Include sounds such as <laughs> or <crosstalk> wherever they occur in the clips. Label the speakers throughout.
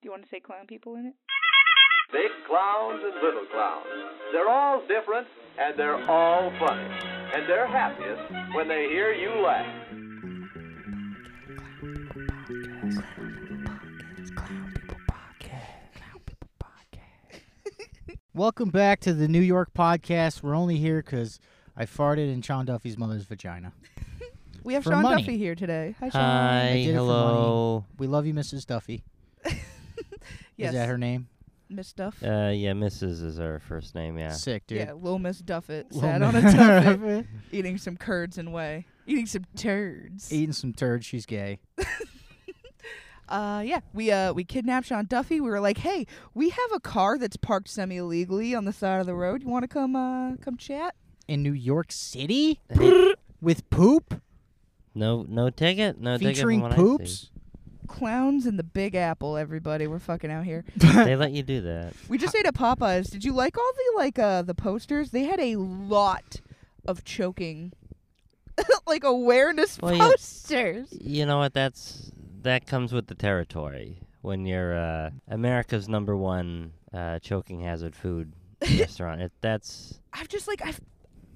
Speaker 1: Do you want to say clown people in it?
Speaker 2: Big clowns and little clowns. They're all different and they're all funny. And they're happiest when they hear you laugh.
Speaker 3: Welcome back to the New York podcast. We're only here because I farted in Sean Duffy's mother's vagina.
Speaker 4: <laughs> We have
Speaker 3: For
Speaker 4: Sean
Speaker 3: money.
Speaker 4: Duffy here today. Hi, Sean.
Speaker 3: I
Speaker 5: Hi,
Speaker 3: did it for
Speaker 5: hello.
Speaker 3: We love you, Mrs. Duffy.
Speaker 4: yes,
Speaker 3: Is that her name?
Speaker 4: Miss Duff.
Speaker 5: Uh, yeah, Mrs. is our first name. Yeah.
Speaker 3: Sick, dude.
Speaker 4: yeah, little Miss Duffet
Speaker 3: Little
Speaker 4: sat on a
Speaker 3: man. <laughs>
Speaker 4: tuffet eating some curds and whey, eating some turds.
Speaker 3: Eating some turd. She's gay.
Speaker 4: Uh, yeah, we uh we kidnapped Sean Duffy. We were like, hey, we have a car that's parked semi illegally on the side of the road. You want to come uh come chat?
Speaker 3: In New York City?
Speaker 5: Hey,
Speaker 3: With poop?
Speaker 5: no, no ticket. No ticket. from
Speaker 3: Featuring
Speaker 5: what I see.
Speaker 3: poops?
Speaker 4: Clowns in the Big Apple, everybody. We're fucking out here.
Speaker 5: they let you do that.
Speaker 4: We just ate at Popeyes. Did you like all the like uh the posters? They had a lot of choking, <laughs> like awareness
Speaker 5: Well, yeah.
Speaker 4: posters.
Speaker 5: You know what? That's that comes with the territory when you're uh, America's number one uh, choking hazard food restaurant. It, that's
Speaker 4: I've just like I've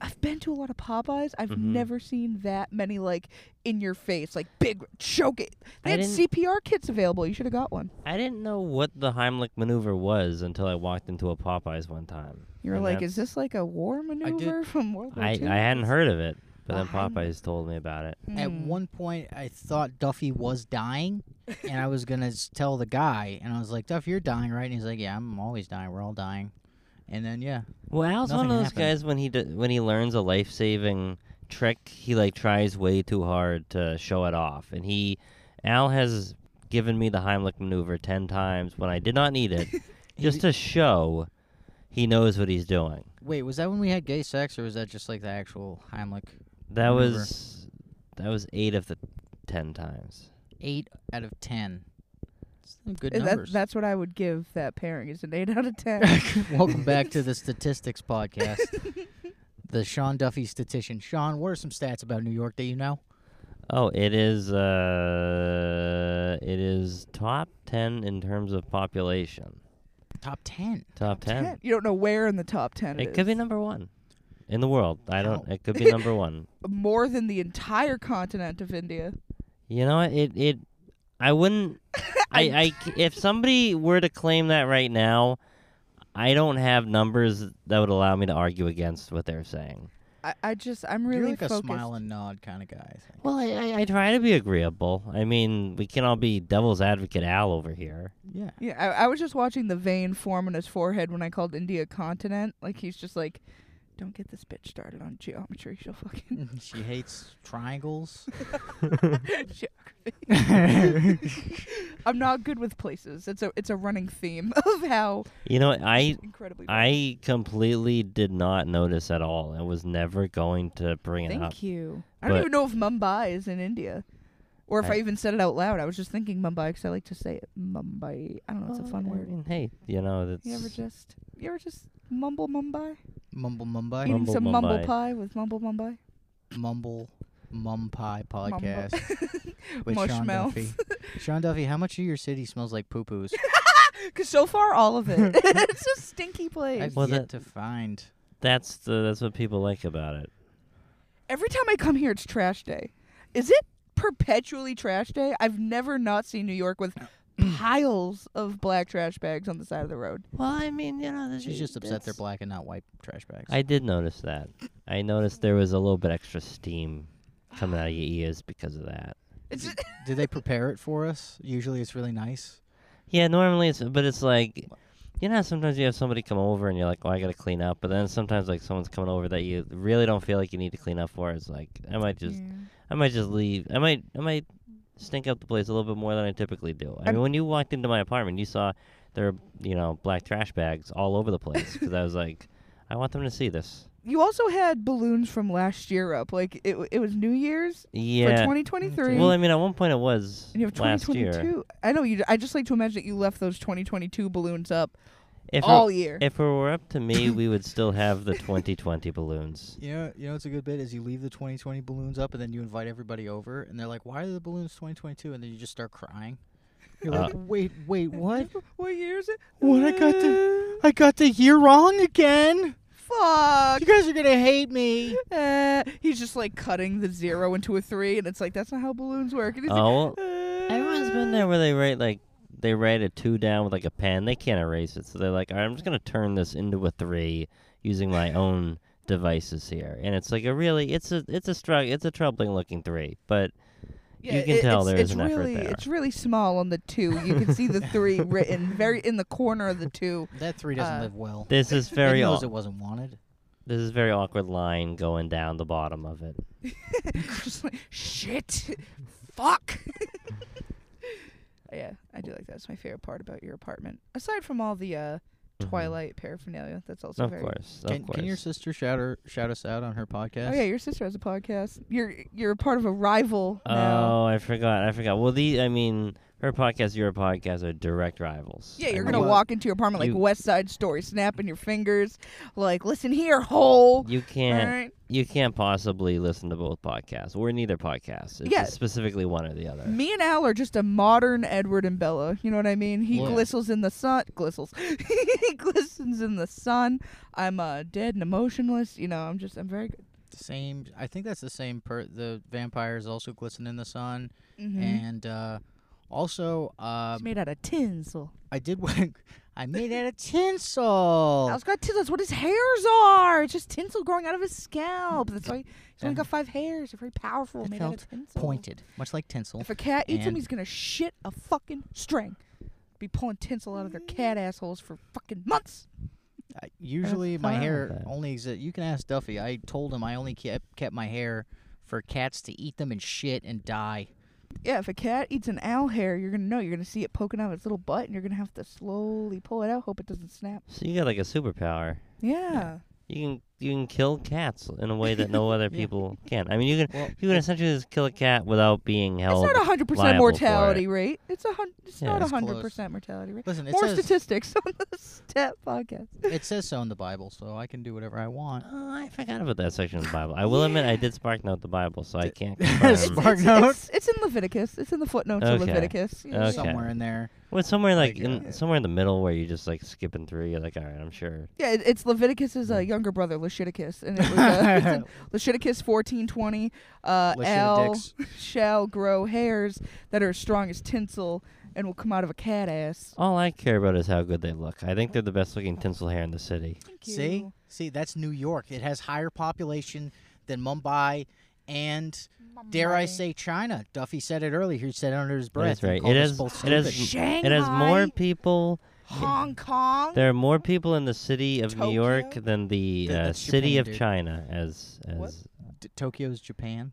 Speaker 4: I've been to a lot of Popeyes. I've
Speaker 5: Mhm.
Speaker 4: never seen that many like in your face, like big choke it. They
Speaker 5: I
Speaker 4: had
Speaker 5: didn't-
Speaker 4: CPR kits available. You should have got one.
Speaker 5: I didn't know what the Heimlich maneuver was until I walked into a Popeyes one time.
Speaker 4: You were
Speaker 5: And
Speaker 4: like,
Speaker 5: that's-
Speaker 4: is this like a war maneuver <laughs> from World War
Speaker 5: I,
Speaker 4: II?
Speaker 5: I hadn't heard of it, but then
Speaker 4: The Heimlich-
Speaker 5: Popeyes told me about it.
Speaker 3: At
Speaker 4: Mm.
Speaker 3: one point, I thought Duffy was dying, and I was gonna s- tell the guy, and I was like, "Duff, you're dying, right?" And he's like, "Yeah, I'm always dying. We're all dying." And then yeah,
Speaker 5: Well, Al's
Speaker 3: Nothing
Speaker 5: one of those
Speaker 3: happened.
Speaker 5: guys when he d- when he learns a life saving trick, he like tries way too hard to show it off, and he Al has given me the Heimlich maneuver ten times when I did not need it, just to show he knows what he's doing.
Speaker 3: wait, was that when we had gay sex, or was that just like the actual Heimlich?
Speaker 5: That
Speaker 3: Maneuver.
Speaker 5: was that was eight of the ten times.
Speaker 3: Eight out of ten. It's some Good
Speaker 4: Uh, that-
Speaker 3: numbers.
Speaker 4: that's what I would give that pairing. Is an eight out of
Speaker 5: <laughs>
Speaker 4: ten.
Speaker 3: <laughs> Welcome
Speaker 4: <laughs>
Speaker 3: back to the statistics podcast. the Sean Duffy statistician. Sean, what are some stats about New York that you know?
Speaker 5: Oh, it is uh, it is top ten in terms of population.
Speaker 3: Top ten.
Speaker 5: Top ten.
Speaker 4: Ten. You don't know where in the top ten
Speaker 5: It could be
Speaker 4: is.
Speaker 5: number one in the world. I don't.
Speaker 3: How?
Speaker 5: It could be number one.
Speaker 4: more than the entire continent of India.
Speaker 5: You know, what? it it. I <laughs> wouldn't. I, I c- if somebody were to claim that right now, I don't have numbers that would allow me to argue against what they're saying.
Speaker 4: I, I just I'm really
Speaker 3: You're like
Speaker 4: focused.
Speaker 3: a smile and nod kind of guy. I think.
Speaker 5: Well, I, I, I try to be agreeable. I mean, we can all be devil's advocate Al over here.
Speaker 3: Yeah.
Speaker 4: Yeah, I, I was just watching the vein form in his forehead when I called India a continent. Like he's just like, don't get this bitch started on geometry. She'll fucking <laughs>
Speaker 3: <laughs> she hates triangles.
Speaker 4: geography. <laughs> I'm not good with places. It's a it's a running theme <laughs> of how
Speaker 5: You know, I
Speaker 4: incredibly.
Speaker 5: I completely did not notice at all. I was never going to bring it
Speaker 4: Thank
Speaker 5: up.
Speaker 4: you. I don't
Speaker 5: but-
Speaker 4: even know if Mumbai is in India, or if I,
Speaker 5: I-
Speaker 4: even said it out loud. I was just thinking Mumbai because I like to say it. Mumbai. I don't know. It's a
Speaker 5: Well,
Speaker 4: fun
Speaker 5: I
Speaker 4: word.
Speaker 5: mean, hey, you know that's
Speaker 4: You ever just you ever just mumble Mumbai?
Speaker 3: Mumble Mumbai.
Speaker 4: Eating
Speaker 5: Mumble
Speaker 4: some mumble
Speaker 5: Mumbai.
Speaker 4: pie with mumble Mumbai.
Speaker 3: Mumble Mum Pie podcast
Speaker 4: <laughs>
Speaker 3: with Sean
Speaker 4: Marshmallows.
Speaker 3: Duffy. Sean Duffy, how much of your city smells like
Speaker 4: <laughs>
Speaker 3: poo poos?
Speaker 4: Because so far, all of
Speaker 5: <laughs>
Speaker 4: it. it's a stinky place.
Speaker 3: I've
Speaker 5: Well,
Speaker 3: yet
Speaker 5: that-
Speaker 3: to find.
Speaker 5: That's the that's what people like about it.
Speaker 4: Every time I come here, it's trash day. Is it perpetually trash day? I've never not seen New York with
Speaker 5: <clears throat>
Speaker 4: piles of black trash bags on the side of the road.
Speaker 5: Well, I mean, you know,
Speaker 3: She's just upset they're black and not white trash bags.
Speaker 5: I did notice that. I noticed there was a little bit extra steam coming out of your ears because of that.
Speaker 4: It's <laughs>
Speaker 3: Do they prepare it for us? Usually it's really nice.
Speaker 5: Yeah, normally it's but it's like you know, how sometimes you have somebody come over and you're like, "Oh, I gotta clean up," but then sometimes like someone's coming over that you really don't feel like you need to clean up for. It's like I might just, I might just leave. I might, I might stink up the place a little bit more than I typically do. I
Speaker 4: I'm-
Speaker 5: mean, when you walked into my apartment, you saw there, were, you know, black trash bags all over the place because I was like, I want them to see this.
Speaker 4: you also had balloons from last year up. Like it, it was New Year's for
Speaker 5: Yeah.
Speaker 4: 2023.
Speaker 5: Well, I mean, at one point it was
Speaker 4: and you have
Speaker 5: last year.
Speaker 4: 2022. I know you. I just like to imagine that you left those 2022 balloons up
Speaker 5: If it-
Speaker 4: all year.
Speaker 5: if it were up to me, we would still have the
Speaker 3: <laughs>
Speaker 5: 2020 balloons.
Speaker 3: You know, you know, it's a good bit is you leave the 2020 balloons up and then you invite everybody over and they're like, "Why are the balloons 2022?" And then you just start crying. You're like, wait, wait, what?
Speaker 4: What year is it?
Speaker 3: Uh. What, I got
Speaker 4: to.
Speaker 3: I got the year wrong again.
Speaker 4: Fuck.
Speaker 3: You guys are gonna hate me.
Speaker 4: Uh, he's just like cutting the zero into a three, and it's like that's not how balloons work. And he's like,
Speaker 5: Oh, well,
Speaker 4: uh,
Speaker 5: everyone's been there where they write like they write a two down with like a pen. They can't erase it, so they're like, All right, I'm just gonna turn this into a three using my own devices here. And it's like a really it's a it's a struggle it's a troubling looking three, but you can
Speaker 4: it-
Speaker 5: tell
Speaker 4: it's,
Speaker 5: there is
Speaker 4: it's
Speaker 5: an effort
Speaker 4: really,
Speaker 5: there.
Speaker 4: It's really small on the two. You can see the
Speaker 5: <laughs>
Speaker 4: three written very in the corner of the two. <laughs>
Speaker 3: That three doesn't
Speaker 4: Uh,
Speaker 3: live well.
Speaker 5: this is
Speaker 3: it
Speaker 5: very
Speaker 3: knows
Speaker 5: au-
Speaker 3: it wasn't wanted.
Speaker 5: this is very awkward line going down the bottom of it.
Speaker 4: just like shit, fuck. <laughs> yeah, I do like that. That's my favorite part about your apartment, aside from all the uh,
Speaker 5: Mhm.
Speaker 4: Twilight paraphernalia. That's also
Speaker 5: Of
Speaker 4: very.
Speaker 5: course, of
Speaker 3: Can,
Speaker 5: course.
Speaker 3: can your sister shout her, shout us out on her podcast?
Speaker 4: Oh yeah, your sister has a podcast. You're you're a part of a rival now.
Speaker 5: Oh, I forgot. I forgot. Well, the I mean, her podcast, your podcast are direct rivals.
Speaker 4: yeah,
Speaker 5: I
Speaker 4: you're
Speaker 5: mean,
Speaker 4: gonna
Speaker 3: what-
Speaker 4: walk into your apartment like
Speaker 5: you-
Speaker 4: West Side Story, snapping your fingers, like listen here, hole.
Speaker 5: You can't.
Speaker 4: Alright.
Speaker 5: You can't possibly listen to both podcasts or neither podcast. It's
Speaker 4: Yeah.
Speaker 5: specifically one or the other.
Speaker 4: Me and Al are just a modern Edward and Bella. You know what I mean? He
Speaker 3: Yeah.
Speaker 4: glistles in the sun. Glistles. <laughs> he glistens in the sun. I'm uh, dead and emotionless. You know, I'm just, I'm very good.
Speaker 3: The same. I think that's the same. Per the vampires also glisten in the sun,
Speaker 4: Mm-hmm.
Speaker 3: and uh, also um,
Speaker 4: it's made out of tinsel.
Speaker 3: I did. <laughs> Work, I made out of tinsel.
Speaker 4: Al's got tinsel. That's what his hairs are. It's just tinsel growing out of his scalp. That's why he's only got five hairs. They're very powerful.
Speaker 3: It
Speaker 4: made out
Speaker 3: felt
Speaker 4: of tinsel.
Speaker 3: pointed, much like tinsel.
Speaker 4: If a cat eats him,
Speaker 3: and-
Speaker 4: he's going to shit a fucking string. Be pulling tinsel out of their cat assholes for fucking months.
Speaker 3: I, usually my
Speaker 5: fine
Speaker 3: hair
Speaker 5: with that.
Speaker 3: only exists. You can ask Duffy. I told him I only kept kept my hair for cats to eat them and shit and die.
Speaker 4: Yeah, if a cat eats an owl hair, you're gonna know. You're gonna see it poking out of its little butt, and you're gonna have to slowly pull it out. Hope it doesn't snap.
Speaker 5: So you got like a superpower.
Speaker 4: Yeah.
Speaker 5: You can you can kill cats in a way that no
Speaker 4: <laughs>
Speaker 5: other
Speaker 3: Yeah.
Speaker 5: people can. I mean, you can
Speaker 3: Well,
Speaker 5: you can essentially just kill a cat without being held.
Speaker 4: it's not a hundred percent
Speaker 5: liable for
Speaker 4: mortality rate. It's a hundred. It's
Speaker 5: Yeah,
Speaker 4: not a
Speaker 5: it's
Speaker 4: hundred
Speaker 3: close.
Speaker 4: percent mortality rate.
Speaker 3: Listen, it
Speaker 4: More
Speaker 3: says
Speaker 4: statistics <laughs> on the stat podcast.
Speaker 3: it says so in the Bible, so I can do whatever I want.
Speaker 5: Oh, I forgot about that section of the Bible. I will admit I did spark note the Bible, so I can't.
Speaker 3: It's-
Speaker 5: confirm.
Speaker 4: <laughs>
Speaker 3: Mark
Speaker 4: it's,
Speaker 3: note?
Speaker 4: It's, it's in Leviticus. It's in the footnotes of
Speaker 5: Okay.
Speaker 4: Leviticus. you know,
Speaker 5: Okay.
Speaker 3: Somewhere in there,
Speaker 5: Well, it's somewhere like
Speaker 3: Like,
Speaker 5: in, somewhere in the middle where you're just like skipping through. You're like, all right, I'm sure.
Speaker 4: Yeah, it, it's Leviticus's
Speaker 5: Mm.
Speaker 4: uh, younger brother, Leshiticus, and
Speaker 5: <laughs>
Speaker 4: it was uh, <laughs> it's in Leshiticus fourteen twenty. Uh, Al
Speaker 3: Leschitidix.
Speaker 4: shall grow hairs that are as strong as tinsel and will come out of a cat ass.
Speaker 5: All I care about is how good they look. I think they're the best looking tinsel hair in the city.
Speaker 4: Thank
Speaker 3: See,
Speaker 4: you.
Speaker 3: see, that's New York. It has higher population than Mumbai and. Dare I say China? Duffy said it earlier. He said it under his breath.
Speaker 5: That's
Speaker 3: and
Speaker 5: right.
Speaker 3: called
Speaker 5: It
Speaker 3: us
Speaker 5: has-
Speaker 3: both
Speaker 5: it has-
Speaker 3: stupid.
Speaker 4: Shanghai,
Speaker 5: It has more people.
Speaker 4: Hong Kong.
Speaker 5: There are more people in the city of New York
Speaker 4: Tokyo?
Speaker 5: than the
Speaker 3: Th-
Speaker 5: uh,
Speaker 3: that's
Speaker 5: city
Speaker 3: Japan,
Speaker 5: of
Speaker 3: dude.
Speaker 5: China. As as
Speaker 4: What?
Speaker 5: <laughs>
Speaker 3: D- Tokyo's Japan.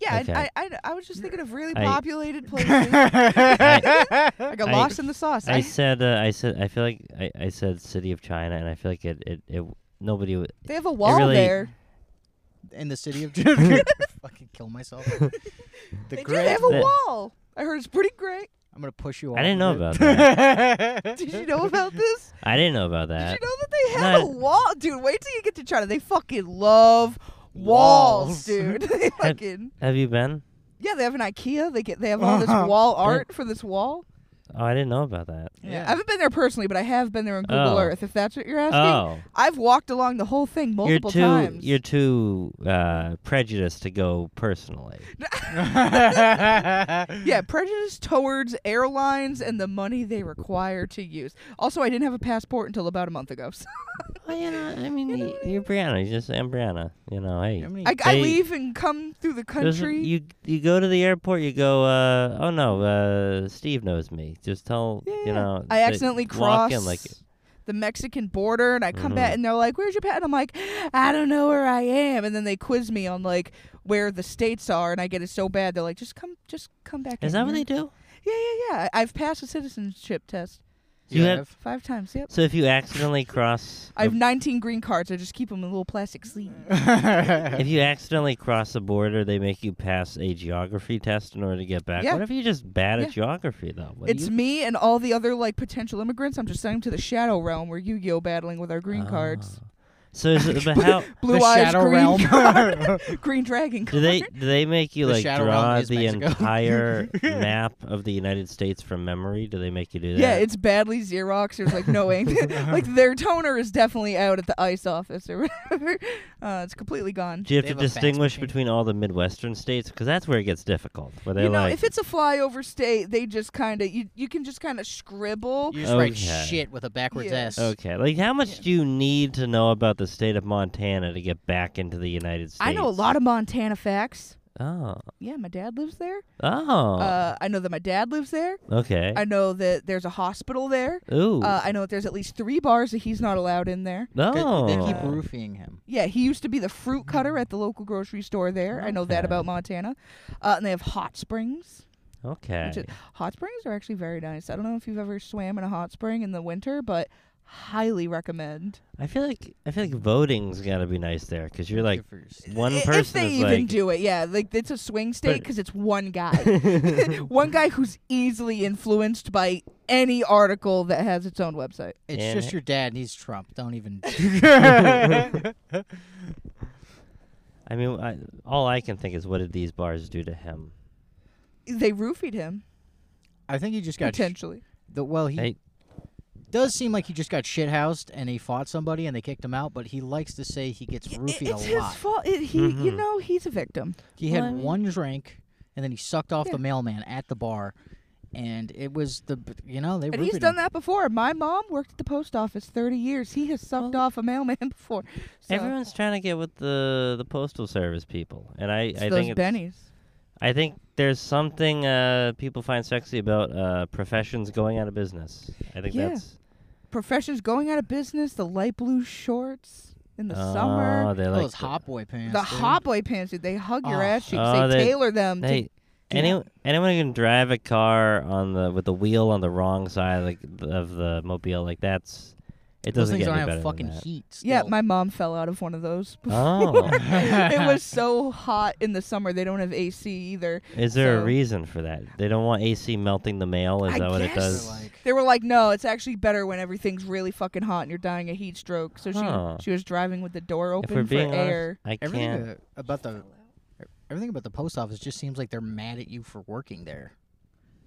Speaker 4: yeah,
Speaker 5: Okay.
Speaker 4: I, I, I, I was just thinking of really
Speaker 5: I- <laughs>
Speaker 4: populated places. I <laughs>
Speaker 3: I,
Speaker 4: got
Speaker 5: I-
Speaker 4: lost in the sauce.
Speaker 5: I
Speaker 4: I,
Speaker 5: said, uh, I said, I feel like I, I said city of China, and I feel like it it, it nobody would.
Speaker 4: they have a wall
Speaker 5: really-
Speaker 4: there.
Speaker 3: In the city of
Speaker 5: <laughs>
Speaker 3: Japan. <laughs> fucking kill myself. The
Speaker 4: They do.
Speaker 3: grid-
Speaker 4: They have a
Speaker 5: That-
Speaker 4: wall. I heard it's pretty great.
Speaker 3: I'm gonna push you.
Speaker 5: I didn't know
Speaker 3: <laughs>
Speaker 5: about
Speaker 3: that.
Speaker 4: Did you
Speaker 5: <laughs>
Speaker 4: know about this?
Speaker 5: I didn't know about
Speaker 4: <laughs> Did
Speaker 5: that.
Speaker 4: you know that they have a
Speaker 5: Not-
Speaker 4: wall, dude? Wait till you get to China. They fucking love walls,
Speaker 3: Walls.
Speaker 4: dude. <laughs> they fucking
Speaker 5: Have you been?
Speaker 4: yeah. They have an IKEA. They get they have all this
Speaker 3: Uh-huh.
Speaker 4: wall art for this wall.
Speaker 5: Oh, I didn't know about that.
Speaker 4: I haven't been there personally, but I have been there on Google
Speaker 5: Oh.
Speaker 4: Earth. If that's what you're asking,
Speaker 5: Oh,
Speaker 4: I've walked along the whole thing
Speaker 5: you're
Speaker 4: multiple
Speaker 5: too
Speaker 4: times.
Speaker 5: you're too uh, prejudiced to go personally.
Speaker 4: yeah, prejudice towards airlines and the money they require to use. Also, I didn't have a passport until about a month ago. So <laughs>
Speaker 5: well,
Speaker 4: eh,
Speaker 5: you know, I mean, you are Brianna. You just am Brianna. You know, hey.
Speaker 3: How many-
Speaker 4: I, I
Speaker 5: They-
Speaker 4: leave and come through the
Speaker 5: There's-
Speaker 4: country.
Speaker 5: You you go to the airport. You go. Uh, oh no, uh, Steve knows me. Just tell you
Speaker 4: Yeah.
Speaker 5: know.
Speaker 4: I
Speaker 5: that-
Speaker 4: accidentally
Speaker 5: walk
Speaker 4: cross
Speaker 5: in like
Speaker 4: the Mexican border, and I come
Speaker 5: Mhm.
Speaker 4: back, and they're like, "Where's your pet?" And I'm like, "I don't know where I am." And then they quiz me on like where the states are, and I get it so bad. They're like, "Just come, just come back."
Speaker 5: Is
Speaker 4: in
Speaker 5: that what they
Speaker 4: here."
Speaker 5: do?
Speaker 4: Yeah, yeah, yeah. I- I've passed a citizenship test
Speaker 5: <laughs> You have-
Speaker 3: <laughs>
Speaker 4: five times. Yep.
Speaker 5: So if you accidentally cross,
Speaker 4: I have
Speaker 5: the-
Speaker 4: 19 green cards. I just keep them in little plastic sleeves.
Speaker 5: <laughs> if you accidentally cross the border, they make you pass a geography test in order to get back.
Speaker 4: Yeah.
Speaker 5: What if you're just bad
Speaker 4: Yeah.
Speaker 5: at geography though? What do
Speaker 4: it's
Speaker 5: you-
Speaker 4: me and all
Speaker 5: Ah.
Speaker 4: the other like potential immigrants. I'm just sending them to the shadow realm where Yu-Gi-Oh battling with our green cards.
Speaker 5: Oh. So, is it, but
Speaker 4: <laughs>
Speaker 5: how
Speaker 4: Blue
Speaker 3: the
Speaker 4: eyes,
Speaker 3: Shadow
Speaker 4: green
Speaker 3: Realm.
Speaker 4: <laughs> card. green dragon
Speaker 5: do
Speaker 4: card.
Speaker 5: they do they make you
Speaker 3: The
Speaker 5: like
Speaker 3: Shadow Realm
Speaker 5: draw
Speaker 3: is
Speaker 5: the
Speaker 3: Mexico.
Speaker 4: <laughs>
Speaker 5: entire map of the United States from memory? Do they make you do that?
Speaker 4: Yeah, it's badly Xerox. There's like no
Speaker 5: <laughs>
Speaker 4: ink. <laughs> like their toner is definitely out at the ICE office or <laughs> whatever. Uh, it's completely gone.
Speaker 5: Do you have
Speaker 3: They
Speaker 5: to
Speaker 3: have a fax
Speaker 5: distinguish
Speaker 3: machine.
Speaker 5: between all the Midwestern states? Because that's where it gets difficult. Where they're
Speaker 4: You know,
Speaker 5: like,
Speaker 4: if it's a flyover state, they just kind of you, you can just kind of scribble.
Speaker 3: <laughs> You just write
Speaker 5: Okay.
Speaker 3: shit with a backwards
Speaker 4: Yeah.
Speaker 3: S.
Speaker 5: okay, like how much
Speaker 4: Yeah.
Speaker 5: do you need to know about the state of Montana to get back into the United States?
Speaker 4: I know a lot of Montana facts.
Speaker 5: Oh,
Speaker 4: Yeah, my dad lives there.
Speaker 5: oh,
Speaker 4: Uh, I know that my dad lives there.
Speaker 5: okay.
Speaker 4: I know that there's a hospital there.
Speaker 5: Ooh,
Speaker 4: Uh, I know that there's at least three bars that he's not allowed in there.
Speaker 5: no.
Speaker 3: They keep roofing him.
Speaker 4: Yeah, he used to be the fruit cutter at the local grocery store there. I know that
Speaker 5: Okay.
Speaker 4: about Montana. Uh, and they have hot springs.
Speaker 5: okay.
Speaker 4: Which is, hot springs are actually very nice. I don't know if you've ever swam in a hot spring in the winter, but highly recommend.
Speaker 5: I feel like I feel like voting's got to be nice there because you're like
Speaker 3: Goofers.
Speaker 5: one
Speaker 4: I-
Speaker 5: person
Speaker 4: if they
Speaker 5: is
Speaker 4: even
Speaker 5: like,
Speaker 4: do it, yeah, like it's a swing state
Speaker 5: But-
Speaker 4: because it's one guy, <laughs> one guy who's easily influenced by any article that has its own website.
Speaker 3: It's
Speaker 5: Yeah.
Speaker 3: just your dad. and He's Trump. Don't
Speaker 5: <laughs>
Speaker 3: even.
Speaker 5: I mean, I, all I can think is, what did these bars do to him?
Speaker 4: They roofied him
Speaker 3: I think he just got. Sh-
Speaker 4: potentially.
Speaker 3: the, well, he
Speaker 5: Hey.
Speaker 3: does seem like he just got shithoused and he fought somebody and they kicked him out. But he likes to say he gets
Speaker 4: I-
Speaker 3: roofied
Speaker 4: it's
Speaker 3: a
Speaker 4: his
Speaker 3: lot.
Speaker 4: fault. It- he, you
Speaker 5: Mhm.
Speaker 4: know, he's a victim.
Speaker 3: He
Speaker 5: Well, I
Speaker 3: had
Speaker 5: mean-
Speaker 3: one drink and then he sucked off
Speaker 4: Yeah.
Speaker 3: the mailman at the bar, and it was the you know they.
Speaker 4: And he's
Speaker 3: roofied
Speaker 4: done
Speaker 3: him.
Speaker 4: that before. My mom worked at the post office 30 years. He has sucked
Speaker 5: Well-
Speaker 4: off a mailman <laughs> before. So
Speaker 5: Everyone's trying to get with the the postal service people, and I
Speaker 4: it's
Speaker 5: I
Speaker 4: those
Speaker 5: think it's,
Speaker 4: bennies.
Speaker 5: I think there's something uh, people find sexy about uh, professions going out of business. I think
Speaker 4: Yeah.
Speaker 5: that's
Speaker 4: professions going out of business, the light blue shorts in the
Speaker 5: oh,
Speaker 4: summer,
Speaker 5: They like
Speaker 3: Those
Speaker 5: the-
Speaker 3: hot boy pants.
Speaker 4: the
Speaker 3: dude.
Speaker 4: hot boy pantsuit. They hug your
Speaker 3: Oh.
Speaker 4: ass cheeks.
Speaker 5: Oh,
Speaker 4: they,
Speaker 5: they-
Speaker 4: tailor them. to-
Speaker 5: Hey,
Speaker 4: do
Speaker 5: any,
Speaker 4: that.
Speaker 5: anyone who can drive a car on the with the wheel on the wrong side like th- of the mobile, like that's it
Speaker 3: Those
Speaker 5: doesn't
Speaker 3: things
Speaker 5: get
Speaker 3: don't
Speaker 5: any
Speaker 3: have
Speaker 5: better
Speaker 3: fucking
Speaker 5: than that.
Speaker 3: heat.
Speaker 4: yeah,
Speaker 3: still.
Speaker 4: my mom fell out of one of those. <laughs>
Speaker 5: Oh,
Speaker 4: it was so hot in the summer. They don't have AC either.
Speaker 5: is there
Speaker 4: So-
Speaker 5: a reason for that? They don't want AC melting the mail. Is
Speaker 4: I
Speaker 5: that what it
Speaker 4: guess.
Speaker 5: does?
Speaker 3: Like,
Speaker 4: They were like, "No, it's actually better when everything's really fucking hot and you're dying a heat stroke." So
Speaker 5: Huh.
Speaker 4: she she was driving with the door
Speaker 5: if we're
Speaker 4: open for
Speaker 5: being honest,
Speaker 4: air.
Speaker 5: I
Speaker 3: everything
Speaker 5: can't.
Speaker 3: uh, about the everything about the post office just seems like they're mad at you for working there.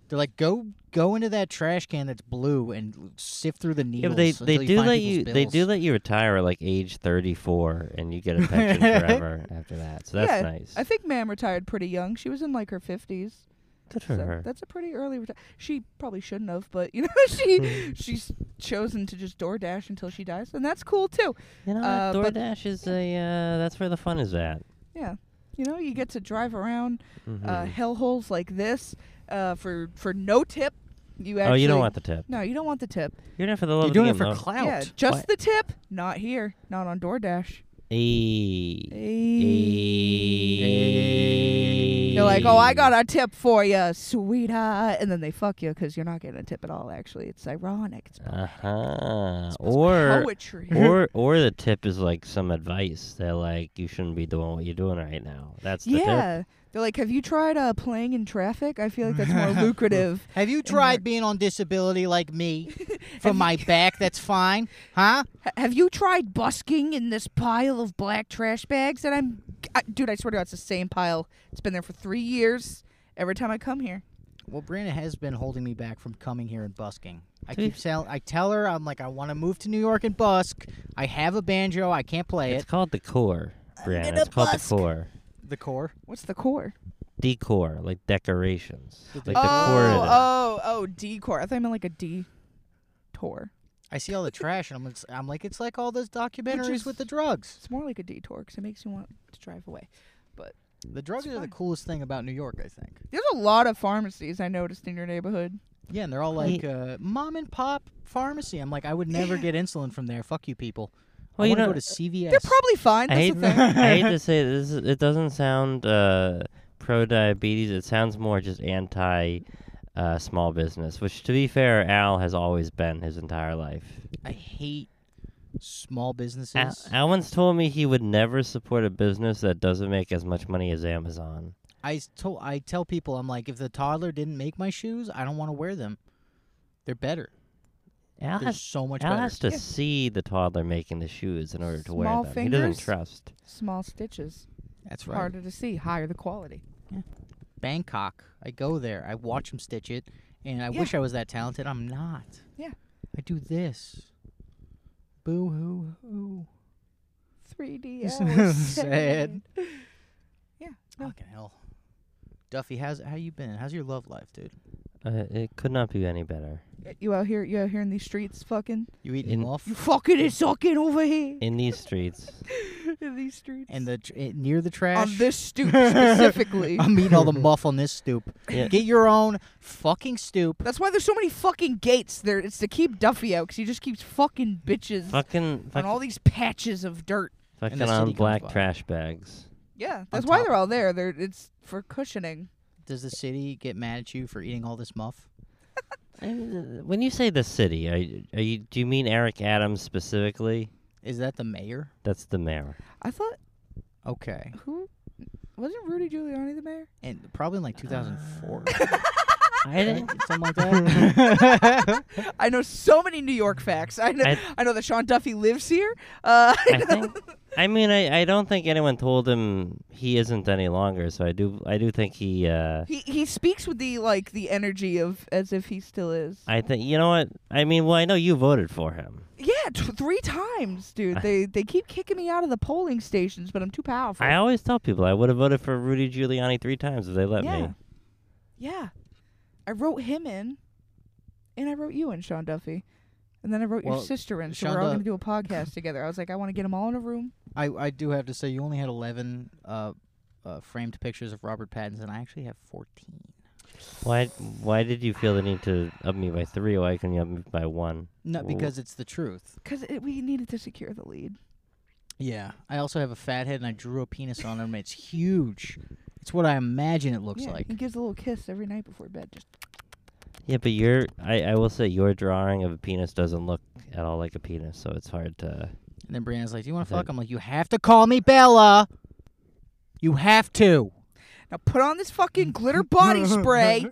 Speaker 3: They're like, go go into that trash can that's blue and l- sift through the
Speaker 5: Yeah,
Speaker 3: needles.
Speaker 5: but they they
Speaker 3: until you
Speaker 5: do
Speaker 3: find
Speaker 5: let
Speaker 3: people's
Speaker 5: you they do
Speaker 3: bills."
Speaker 5: let you retire at like age 34 and you get a
Speaker 4: <laughs>
Speaker 5: pension forever after that. So that's
Speaker 4: Yeah,
Speaker 5: nice.
Speaker 4: I think Mam retired pretty young. She was in like her fifties.
Speaker 5: Good for
Speaker 4: So
Speaker 5: her.
Speaker 4: that's a pretty early retire. She probably shouldn't have, but you <laughs> know
Speaker 5: <laughs>
Speaker 4: she she's chosen to just DoorDash until she dies, and that's cool too.
Speaker 5: You know,
Speaker 4: uh, but-
Speaker 5: what? DoorDash is a uh, that's where the fun is at.
Speaker 4: Yeah, you know you get to drive around uh,
Speaker 5: Mhm.
Speaker 4: hellholes like this uh, for for no tip. You actually
Speaker 5: oh, you don't want the tip.
Speaker 4: no, you don't want the tip.
Speaker 5: You're in it for the love
Speaker 3: You're
Speaker 5: of
Speaker 3: doing
Speaker 5: the
Speaker 3: it
Speaker 5: game,
Speaker 3: for
Speaker 5: though.
Speaker 3: clout.
Speaker 4: Yeah, just
Speaker 5: What?
Speaker 4: the tip. Not here. Not on DoorDash.
Speaker 5: Ayy.
Speaker 4: Ayy. You're like, oh, I got a tip for you, sweetheart, and then they fuck you because you're not getting a tip at all. Actually, it's ironic. It's
Speaker 5: Uh-huh.
Speaker 4: it's
Speaker 5: Or
Speaker 4: poetry. <laughs>
Speaker 5: or or the tip is like some advice. They're like, you shouldn't be doing what you're doing right now. That's the tip.
Speaker 4: Yeah. They're like, have you tried uh, playing in traffic? I feel like that's more lucrative.
Speaker 3: Have you
Speaker 4: your-
Speaker 3: tried being on disability like
Speaker 5: <laughs>
Speaker 3: me? For my back, that's fine, huh?
Speaker 4: H- have you tried busking in this pile of black trash bags that I'm. I, dude, I swear to God, it's the same pile. It's been there for three years every time I come here.
Speaker 3: Well, Brianna has been holding me back from coming here and busking. I keep tell I tell her I'm like I want to move to New York and busk. I have a banjo. I can't play
Speaker 5: It's
Speaker 3: it.
Speaker 5: called the core, Brianna.
Speaker 4: gonna
Speaker 5: It's called
Speaker 4: busk.
Speaker 5: the core.
Speaker 3: The core.
Speaker 4: What's the core?
Speaker 5: Decor, like decorations, like the
Speaker 4: oh,
Speaker 5: corridor.
Speaker 4: oh, oh, decor. I thought I meant like a D tour.
Speaker 3: I see all the trash, and I'm it's, I'm like it's like all those documentaries
Speaker 4: is-
Speaker 3: with the drugs.
Speaker 4: It's more like a detour because it makes you want to drive away.
Speaker 3: The drugs are the
Speaker 4: fine.
Speaker 3: coolest thing about New York, I think.
Speaker 4: There's a lot of pharmacies I noticed in your neighborhood.
Speaker 3: Yeah, and they're all like uh, mom and pop pharmacy. I'm like, I would never get insulin from there. Fuck you people.
Speaker 5: Well,
Speaker 3: I
Speaker 5: you
Speaker 3: want to
Speaker 5: know-
Speaker 3: go to CVS.
Speaker 4: They're probably fine.
Speaker 5: I
Speaker 4: That's
Speaker 5: hate,
Speaker 4: the thing.
Speaker 5: <laughs> I
Speaker 4: <laughs>
Speaker 5: hate to say this. is- It doesn't sound uh, pro diabetes. It sounds more just anti uh, small business, which, to be fair, Al has always been his entire life.
Speaker 3: I hate small businesses.
Speaker 5: Al, Al once told me he would never support a business that doesn't make as much money as Amazon.
Speaker 3: I s- tell I tell people I'm like, if the toddler didn't make my shoes, I don't want to wear them. They're better.
Speaker 5: Al
Speaker 3: There's
Speaker 5: has,
Speaker 3: so much
Speaker 5: Al
Speaker 3: better.
Speaker 5: has to
Speaker 4: Yeah.
Speaker 5: see the toddler making the shoes in order to wear
Speaker 4: Small
Speaker 5: them. He
Speaker 4: fingers.
Speaker 5: doesn't trust.
Speaker 4: Small stitches,
Speaker 3: That's right.
Speaker 4: harder to see, higher the quality.
Speaker 3: Bangkok. I go there. I watch him stitch it, and I
Speaker 4: Yeah.
Speaker 3: wish I was that talented. I'm not.
Speaker 4: Yeah.
Speaker 3: I do this. Boo hoo hoo.
Speaker 4: 3D.
Speaker 3: This
Speaker 4: Al
Speaker 3: is
Speaker 4: was
Speaker 3: sad.
Speaker 4: <laughs> sad. yeah. No.
Speaker 3: Fucking hell. Duffy, how's how you been? How's your love life, dude?
Speaker 5: Uh, it could not be any better.
Speaker 4: You out here? You out here in these streets, fucking?
Speaker 3: You eating
Speaker 5: In-
Speaker 3: off?
Speaker 4: You fucking is sucking over here
Speaker 5: In these
Speaker 3: <laughs>
Speaker 5: streets,
Speaker 4: <laughs> in these streets.
Speaker 3: And the tr- eh, near the trash.
Speaker 4: on this <laughs> stoop specifically.
Speaker 3: <laughs> I'm eating all the muff on this stoop.
Speaker 5: Yeah.
Speaker 3: Get your own fucking stoop.
Speaker 4: That's why there's so many fucking gates there. It's to keep Duffy out because he just keeps fucking bitches
Speaker 5: fucking,
Speaker 4: on
Speaker 5: fucking,
Speaker 4: all these patches of dirt.
Speaker 5: fucking
Speaker 3: the
Speaker 5: on
Speaker 3: city comes
Speaker 5: black
Speaker 3: by.
Speaker 5: trash bags.
Speaker 4: Yeah, that's why
Speaker 3: top.
Speaker 4: they're all there. They're it's for cushioning.
Speaker 3: Does the city get mad at you for eating all this muff?
Speaker 5: I mean, uh, When you say the city, are you, are you do you mean Eric Adams specifically?
Speaker 3: Is that the mayor?
Speaker 5: That's the mayor.
Speaker 4: I thought
Speaker 3: Okay.
Speaker 4: who wasn't Rudy Giuliani the mayor?
Speaker 3: And probably in
Speaker 4: Uh, <laughs>
Speaker 3: like 2004.
Speaker 5: I didn't.
Speaker 3: Something like
Speaker 5: <laughs>
Speaker 3: that.
Speaker 4: I know so many New York facts. I know I,
Speaker 5: I-
Speaker 4: know that Sean Duffy lives here. Uh, <laughs>
Speaker 5: I think. I mean, I, I don't think anyone told him he isn't any longer. So I do I do think he. Uh,
Speaker 4: he he speaks with the like the energy of as if he still is.
Speaker 5: I think you know what I mean. Well, I know you voted for him.
Speaker 4: yeah, t- three times, dude. They they keep kicking me out of the polling stations, but I'm too powerful.
Speaker 5: I always tell people I would have voted for Rudy Giuliani three times if they let
Speaker 4: Yeah.
Speaker 5: me.
Speaker 4: Yeah. I wrote him in, and I wrote you in, Sean Duffy. And then I wrote
Speaker 3: Well,
Speaker 4: your sister in, so
Speaker 3: Sean
Speaker 4: we're all
Speaker 3: Duff-
Speaker 4: going to do a podcast together. I was like, I want to get them all in a room.
Speaker 3: I, I do have to say, you only had 11 uh, uh, framed pictures of Robert Pattinson. I actually have 14.
Speaker 5: Why? Why did you feel the need to up me by three? Why couldn't you up me by one?
Speaker 3: Not
Speaker 5: Ooh.
Speaker 3: because it's the truth.
Speaker 4: Because we needed to secure the lead.
Speaker 3: Yeah. I also have a fat head and I drew a penis on him. It's huge. It's what I imagine it looks
Speaker 4: yeah,
Speaker 3: like.
Speaker 4: He gives a little kiss every night before bed. Just
Speaker 5: Yeah, but your I, I will say your drawing of a penis doesn't look at all like a penis, so it's hard to.
Speaker 3: And then Brianna's like, Do you want to
Speaker 5: That-
Speaker 3: fuck? I'm like, You have to call me Bella. You have to.
Speaker 4: Now put on this
Speaker 3: <laughs>
Speaker 4: fucking glitter body spray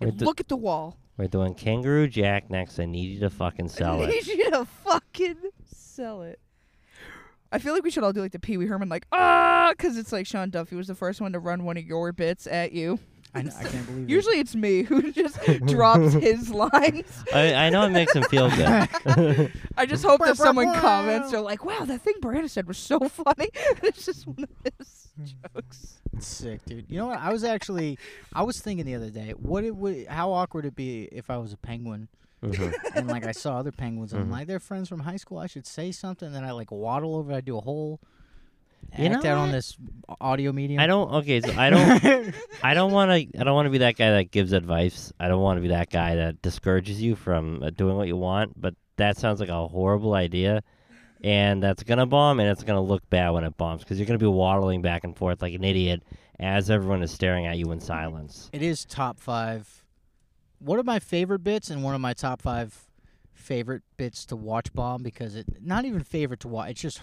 Speaker 5: We're,
Speaker 4: and
Speaker 5: do-
Speaker 4: look at the wall.
Speaker 5: we're doing Kangaroo Jack next. I need you to
Speaker 4: <laughs>
Speaker 5: fucking sell
Speaker 4: I
Speaker 5: it.
Speaker 4: need you to fucking sell it. I feel like we should all do like the Pee Wee Herman, like, ah, because it's like Sean Duffy was the first one to run one of your bits at you.
Speaker 3: I, kn- I can't believe it.
Speaker 4: Usually it's me who <laughs> just drops his lines.
Speaker 5: I, I know it makes him feel
Speaker 4: <laughs>
Speaker 5: good.
Speaker 4: I just hope
Speaker 3: Brr,
Speaker 4: that
Speaker 3: brr,
Speaker 4: someone
Speaker 3: brr.
Speaker 4: comments. They're like, "Wow, that thing Brandon said was so <laughs> funny." it's just one of his jokes.
Speaker 3: It's sick, dude. You know what? I was actually, I was thinking the other day, what it would, how awkward it'd be if I was a penguin
Speaker 5: Mhm.
Speaker 3: and like I saw other penguins and I'm
Speaker 5: Mhm.
Speaker 3: like they're friends from high school. I should say something, and then I like waddle over. I do a whole
Speaker 5: You
Speaker 3: act
Speaker 5: know
Speaker 3: out on
Speaker 5: what?
Speaker 3: this audio medium.
Speaker 5: I don't. Okay, so I <laughs> don't. I don't want to. I don't want to be that guy that gives advice. I don't want to be that guy that discourages you from uh, doing what you want. But that sounds like a horrible idea, and that's gonna bomb, and it's gonna look bad when it bombs because you're gonna be waddling back and forth like an idiot as everyone is staring at you in silence.
Speaker 3: It is top five. One of my favorite bits and one of my top five favorite bits to watch bomb because it not even favorite to watch. It's just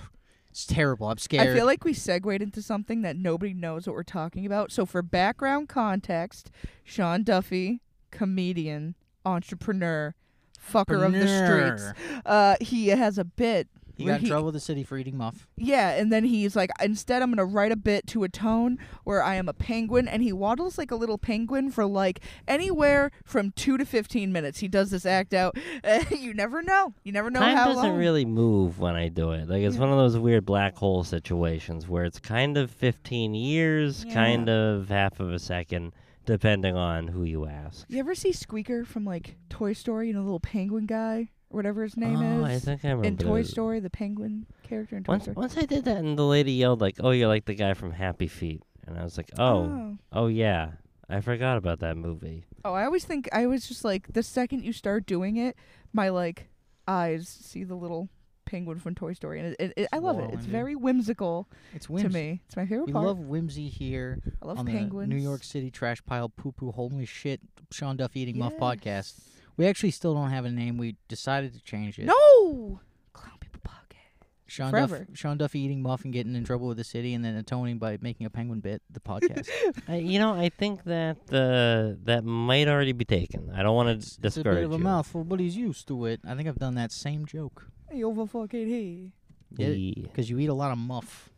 Speaker 3: it's terrible. I'm scared.
Speaker 4: I feel like we segued into something that nobody knows what we're talking about. So, for background context, Sean Duffy, comedian, entrepreneur, fucker of the
Speaker 3: Preneur.
Speaker 4: streets. Uh, he has a bit.
Speaker 3: He
Speaker 4: where
Speaker 3: got in trouble with the city for eating muff.
Speaker 4: Yeah, and then he's like, instead, I'm gonna write a bit to a tone where I am a penguin, and he waddles like a little penguin for like anywhere from two to fifteen minutes. He does this act out. <laughs> you never know. You never know
Speaker 5: Time
Speaker 4: how
Speaker 5: doesn't
Speaker 4: long.
Speaker 5: really move when I do it. Like it's one of those weird black hole situations where it's kind of 15 years,
Speaker 4: Yeah.
Speaker 5: kind of half of a second, depending on who you ask.
Speaker 4: you ever see Squeaker from like Toy Story and a little penguin guy, or whatever his name
Speaker 5: oh, I
Speaker 4: is,
Speaker 5: think I remember.
Speaker 4: in Toy
Speaker 5: that.
Speaker 4: Story, the penguin character in Toy
Speaker 5: Once,
Speaker 4: Story.
Speaker 5: once I did that, and the lady yelled like, "Oh, you're like the guy from Happy Feet," and I was like, "Oh,
Speaker 4: oh.
Speaker 5: oh, yeah, I forgot about that movie."
Speaker 4: Oh, I always think I was just like the second you start doing it, my like eyes see the little penguin from Toy Story, and it, it, it, I
Speaker 3: It's
Speaker 4: love it.
Speaker 3: wallowing,
Speaker 4: It's
Speaker 3: dude.
Speaker 4: very whimsical.
Speaker 3: It's whimsy.
Speaker 4: to me. It's my favorite
Speaker 3: We
Speaker 4: part.
Speaker 3: love whimsy here.
Speaker 4: I love
Speaker 3: on
Speaker 4: penguins.
Speaker 3: the New York City trash pile poo poo holy shit Sean Duffy eating muff
Speaker 4: Yes.
Speaker 3: podcast. We actually still don't have a name. We decided to change it.
Speaker 4: No, clown people podcast.
Speaker 3: Sean
Speaker 4: Forever.
Speaker 3: Duff, Sean Duffy eating muffin, getting in trouble with the city, and then atoning by making a penguin bit. The podcast. <laughs>
Speaker 5: I, you know, I think that uh, that might already be taken. I don't want to
Speaker 3: it's a bit
Speaker 5: discourage
Speaker 3: of a
Speaker 5: you.
Speaker 3: mouthful, but he's used to it. I think I've done that same joke.
Speaker 4: Hey, over fucking hey.
Speaker 3: Get it?
Speaker 5: Yeah.
Speaker 3: Because you eat a lot of muff.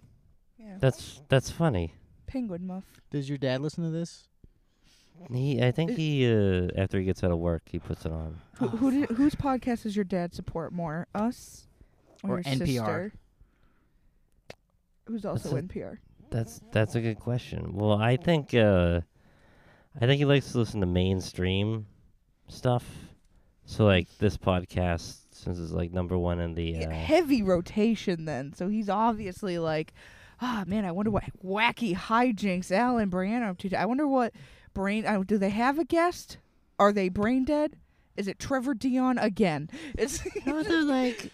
Speaker 4: Yeah.
Speaker 5: That's that's funny.
Speaker 4: Penguin muff.
Speaker 3: Does your dad listen to this?
Speaker 5: He, I think he uh, after he gets out of work, he puts it on.
Speaker 4: Who,
Speaker 3: Oh,
Speaker 4: who did, whose podcast does your dad support more, us or,
Speaker 3: Or
Speaker 4: your
Speaker 3: NPR.
Speaker 4: sister? Who's
Speaker 5: That's
Speaker 4: also
Speaker 5: a-
Speaker 4: NPR?
Speaker 5: That's that's a good question. Well, I think uh, I think he likes to listen to mainstream stuff. So like this podcast, since it's like number one in the
Speaker 4: Yeah,
Speaker 5: uh,
Speaker 4: Heavy rotation then, so he's obviously like, ah man, I wonder what wacky hijinks Al and Brianna are up to. today. I wonder what brain. Uh, do they have a guest? Are they brain dead? Is it Trevor Dion again? <laughs> It's
Speaker 5: No, they're like,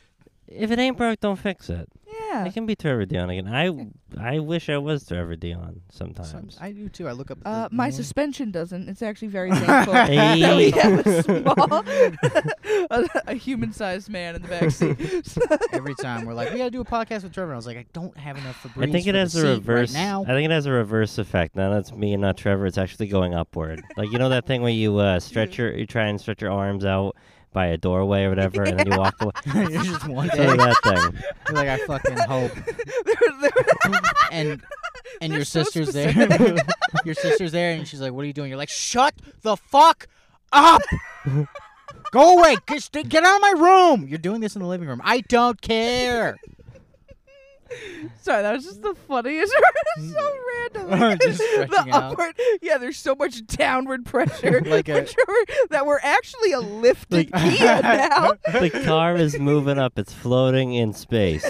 Speaker 5: if it ain't broke, don't fix it.
Speaker 4: yeah.
Speaker 5: I can be Trevor Dion again. I I wish I was Trevor Dion
Speaker 3: Some-
Speaker 5: sometimes.
Speaker 3: I do too. I look up. at
Speaker 4: Uh,
Speaker 3: the
Speaker 4: my
Speaker 3: moon.
Speaker 4: suspension doesn't. It's actually very thankful that
Speaker 5: Hey.
Speaker 4: <laughs> we have a small, <laughs> a, a human-sized man in the backseat. <laughs>
Speaker 3: Every time we're like, we gotta do a podcast with Trevor. I was like, I don't have enough for.
Speaker 5: I think it has
Speaker 3: the
Speaker 5: a
Speaker 3: seat
Speaker 5: reverse.
Speaker 3: right now.
Speaker 5: <laughs>
Speaker 3: <laughs>
Speaker 5: I think it has a reverse effect. Now that's me and not Trevor. It's actually going upward. like you know that thing where you
Speaker 3: <laughs>
Speaker 5: uh, stretch your, you try and stretch your arms out by a doorway or whatever, and then you
Speaker 3: <laughs>
Speaker 5: walk away.
Speaker 3: You're just one
Speaker 5: So
Speaker 3: day.
Speaker 5: that thing.
Speaker 3: You're like I fucking hope.
Speaker 4: <laughs>
Speaker 3: and and your
Speaker 4: They're so
Speaker 3: sister's there. <laughs> your sister's there, and she's like, "What are you doing?" You're like, "Shut the fuck
Speaker 4: <laughs>
Speaker 3: up! Go away! Get, st- get out of my room! You're doing this in the living room. I don't care."
Speaker 4: <laughs> Sorry, that was just the funniest. <laughs> it's
Speaker 3: <laughs>
Speaker 4: so random.
Speaker 3: Just
Speaker 4: the
Speaker 3: stretching out.
Speaker 4: upward, yeah. There's so much downward pressure
Speaker 3: <laughs>
Speaker 4: <laughs>
Speaker 3: Like a-
Speaker 4: for Trevor that we're actually a lifted
Speaker 3: Like- <laughs>
Speaker 4: Kia now.
Speaker 5: The car is moving up. It's floating in space.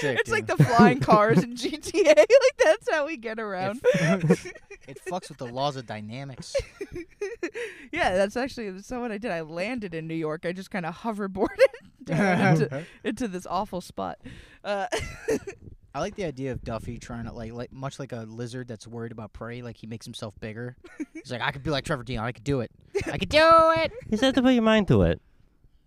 Speaker 3: Sick,
Speaker 4: It's like
Speaker 3: dude.
Speaker 4: the flying cars
Speaker 3: <laughs>
Speaker 4: in GTA. <laughs> Like that's how we get around. <laughs>
Speaker 3: it fucks with the laws of dynamics.
Speaker 4: yeah, that's actually that's not what I did. I landed in New York. I just kind of hoverboarded <laughs>
Speaker 3: <laughs>
Speaker 4: down into, into this awful spot. Uh, <laughs>
Speaker 3: I like the idea of Duffy trying to like, like much like a lizard that's worried about prey. Like he makes himself bigger. He's like, I could be like Trevor Dion. I could do it. I could do
Speaker 4: <laughs>
Speaker 3: it.
Speaker 5: You just have to put your mind to it.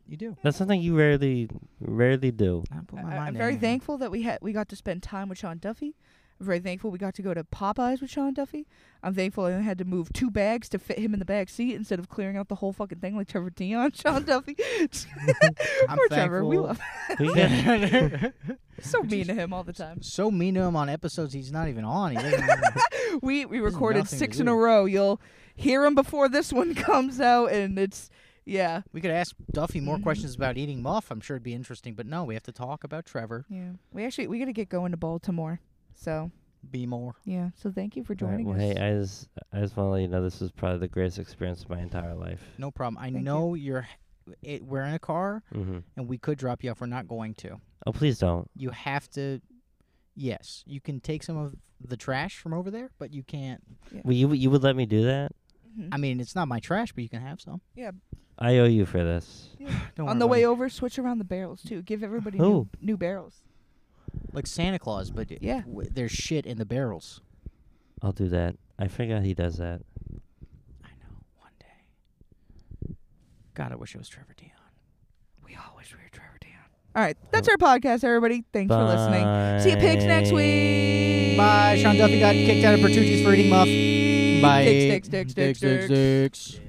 Speaker 3: You do.
Speaker 5: That's something you rarely rarely do.
Speaker 3: I put my mind.
Speaker 4: I, am
Speaker 3: to
Speaker 4: very
Speaker 3: anything.
Speaker 4: thankful that we had we got to spend time with Sean Duffy. I'm very thankful we got to go to Popeyes with Sean Duffy. I'm thankful I only had to move two bags to fit him in the back seat instead of clearing out the whole fucking thing like Trevor Dion, <laughs> Sean Duffy.
Speaker 3: I'm
Speaker 4: Poor Trevor. We
Speaker 3: thankful-
Speaker 4: love
Speaker 5: We got-
Speaker 3: <laughs>
Speaker 4: <laughs> so mean to him all the time.
Speaker 3: so mean to him on episodes he's not even on. He doesn't <laughs> even-
Speaker 4: We we recorded
Speaker 3: nothing to
Speaker 4: six in a
Speaker 3: do.
Speaker 4: row. You'll hear him before this one <laughs> comes out, and it's yeah.
Speaker 3: we could ask Duffy more questions about eating muff. I'm sure it'd be interesting, but no, we have to talk about Trevor.
Speaker 4: Yeah, we actually we gotta get going to Baltimore. So
Speaker 3: Be more.
Speaker 4: yeah, so thank you for
Speaker 5: All right,
Speaker 4: joining
Speaker 5: well,
Speaker 4: us.
Speaker 5: hey, I just I just want to let you know this is probably the greatest experience of my entire life.
Speaker 3: No problem. I
Speaker 4: Thank you.
Speaker 3: know you're. It, we're in a car
Speaker 5: hmm
Speaker 3: and we could drop you off. We're not going to.
Speaker 5: Oh, please don't.
Speaker 3: You have to. Yes, you can take some of the trash from over there, but you can't.
Speaker 5: Well, you you would let me do that?
Speaker 4: Mhm.
Speaker 3: I mean, it's not my trash, but you can have some.
Speaker 5: I owe you for this.
Speaker 3: Don't
Speaker 4: On the way over, switch around the barrels too. Give everybody new,
Speaker 5: Who?
Speaker 4: new barrels.
Speaker 3: like Santa Claus, but it-
Speaker 4: Yeah.
Speaker 3: w- there's shit in the barrels.
Speaker 5: I'll do that. I forgot he does that.
Speaker 3: I know. One day. God, I wish it was Trevor Dion.
Speaker 4: We all wish we were Trevor Down. All right, that's our podcast, everybody. Thanks for listening.
Speaker 5: Bye.
Speaker 4: See you pigs next week.
Speaker 3: Bye. Sean Duffy got kicked out of Bertucci's for eating muff. Bye.
Speaker 4: Dicks, dicks, dicks, dicks, dicks.
Speaker 3: dicks. dicks.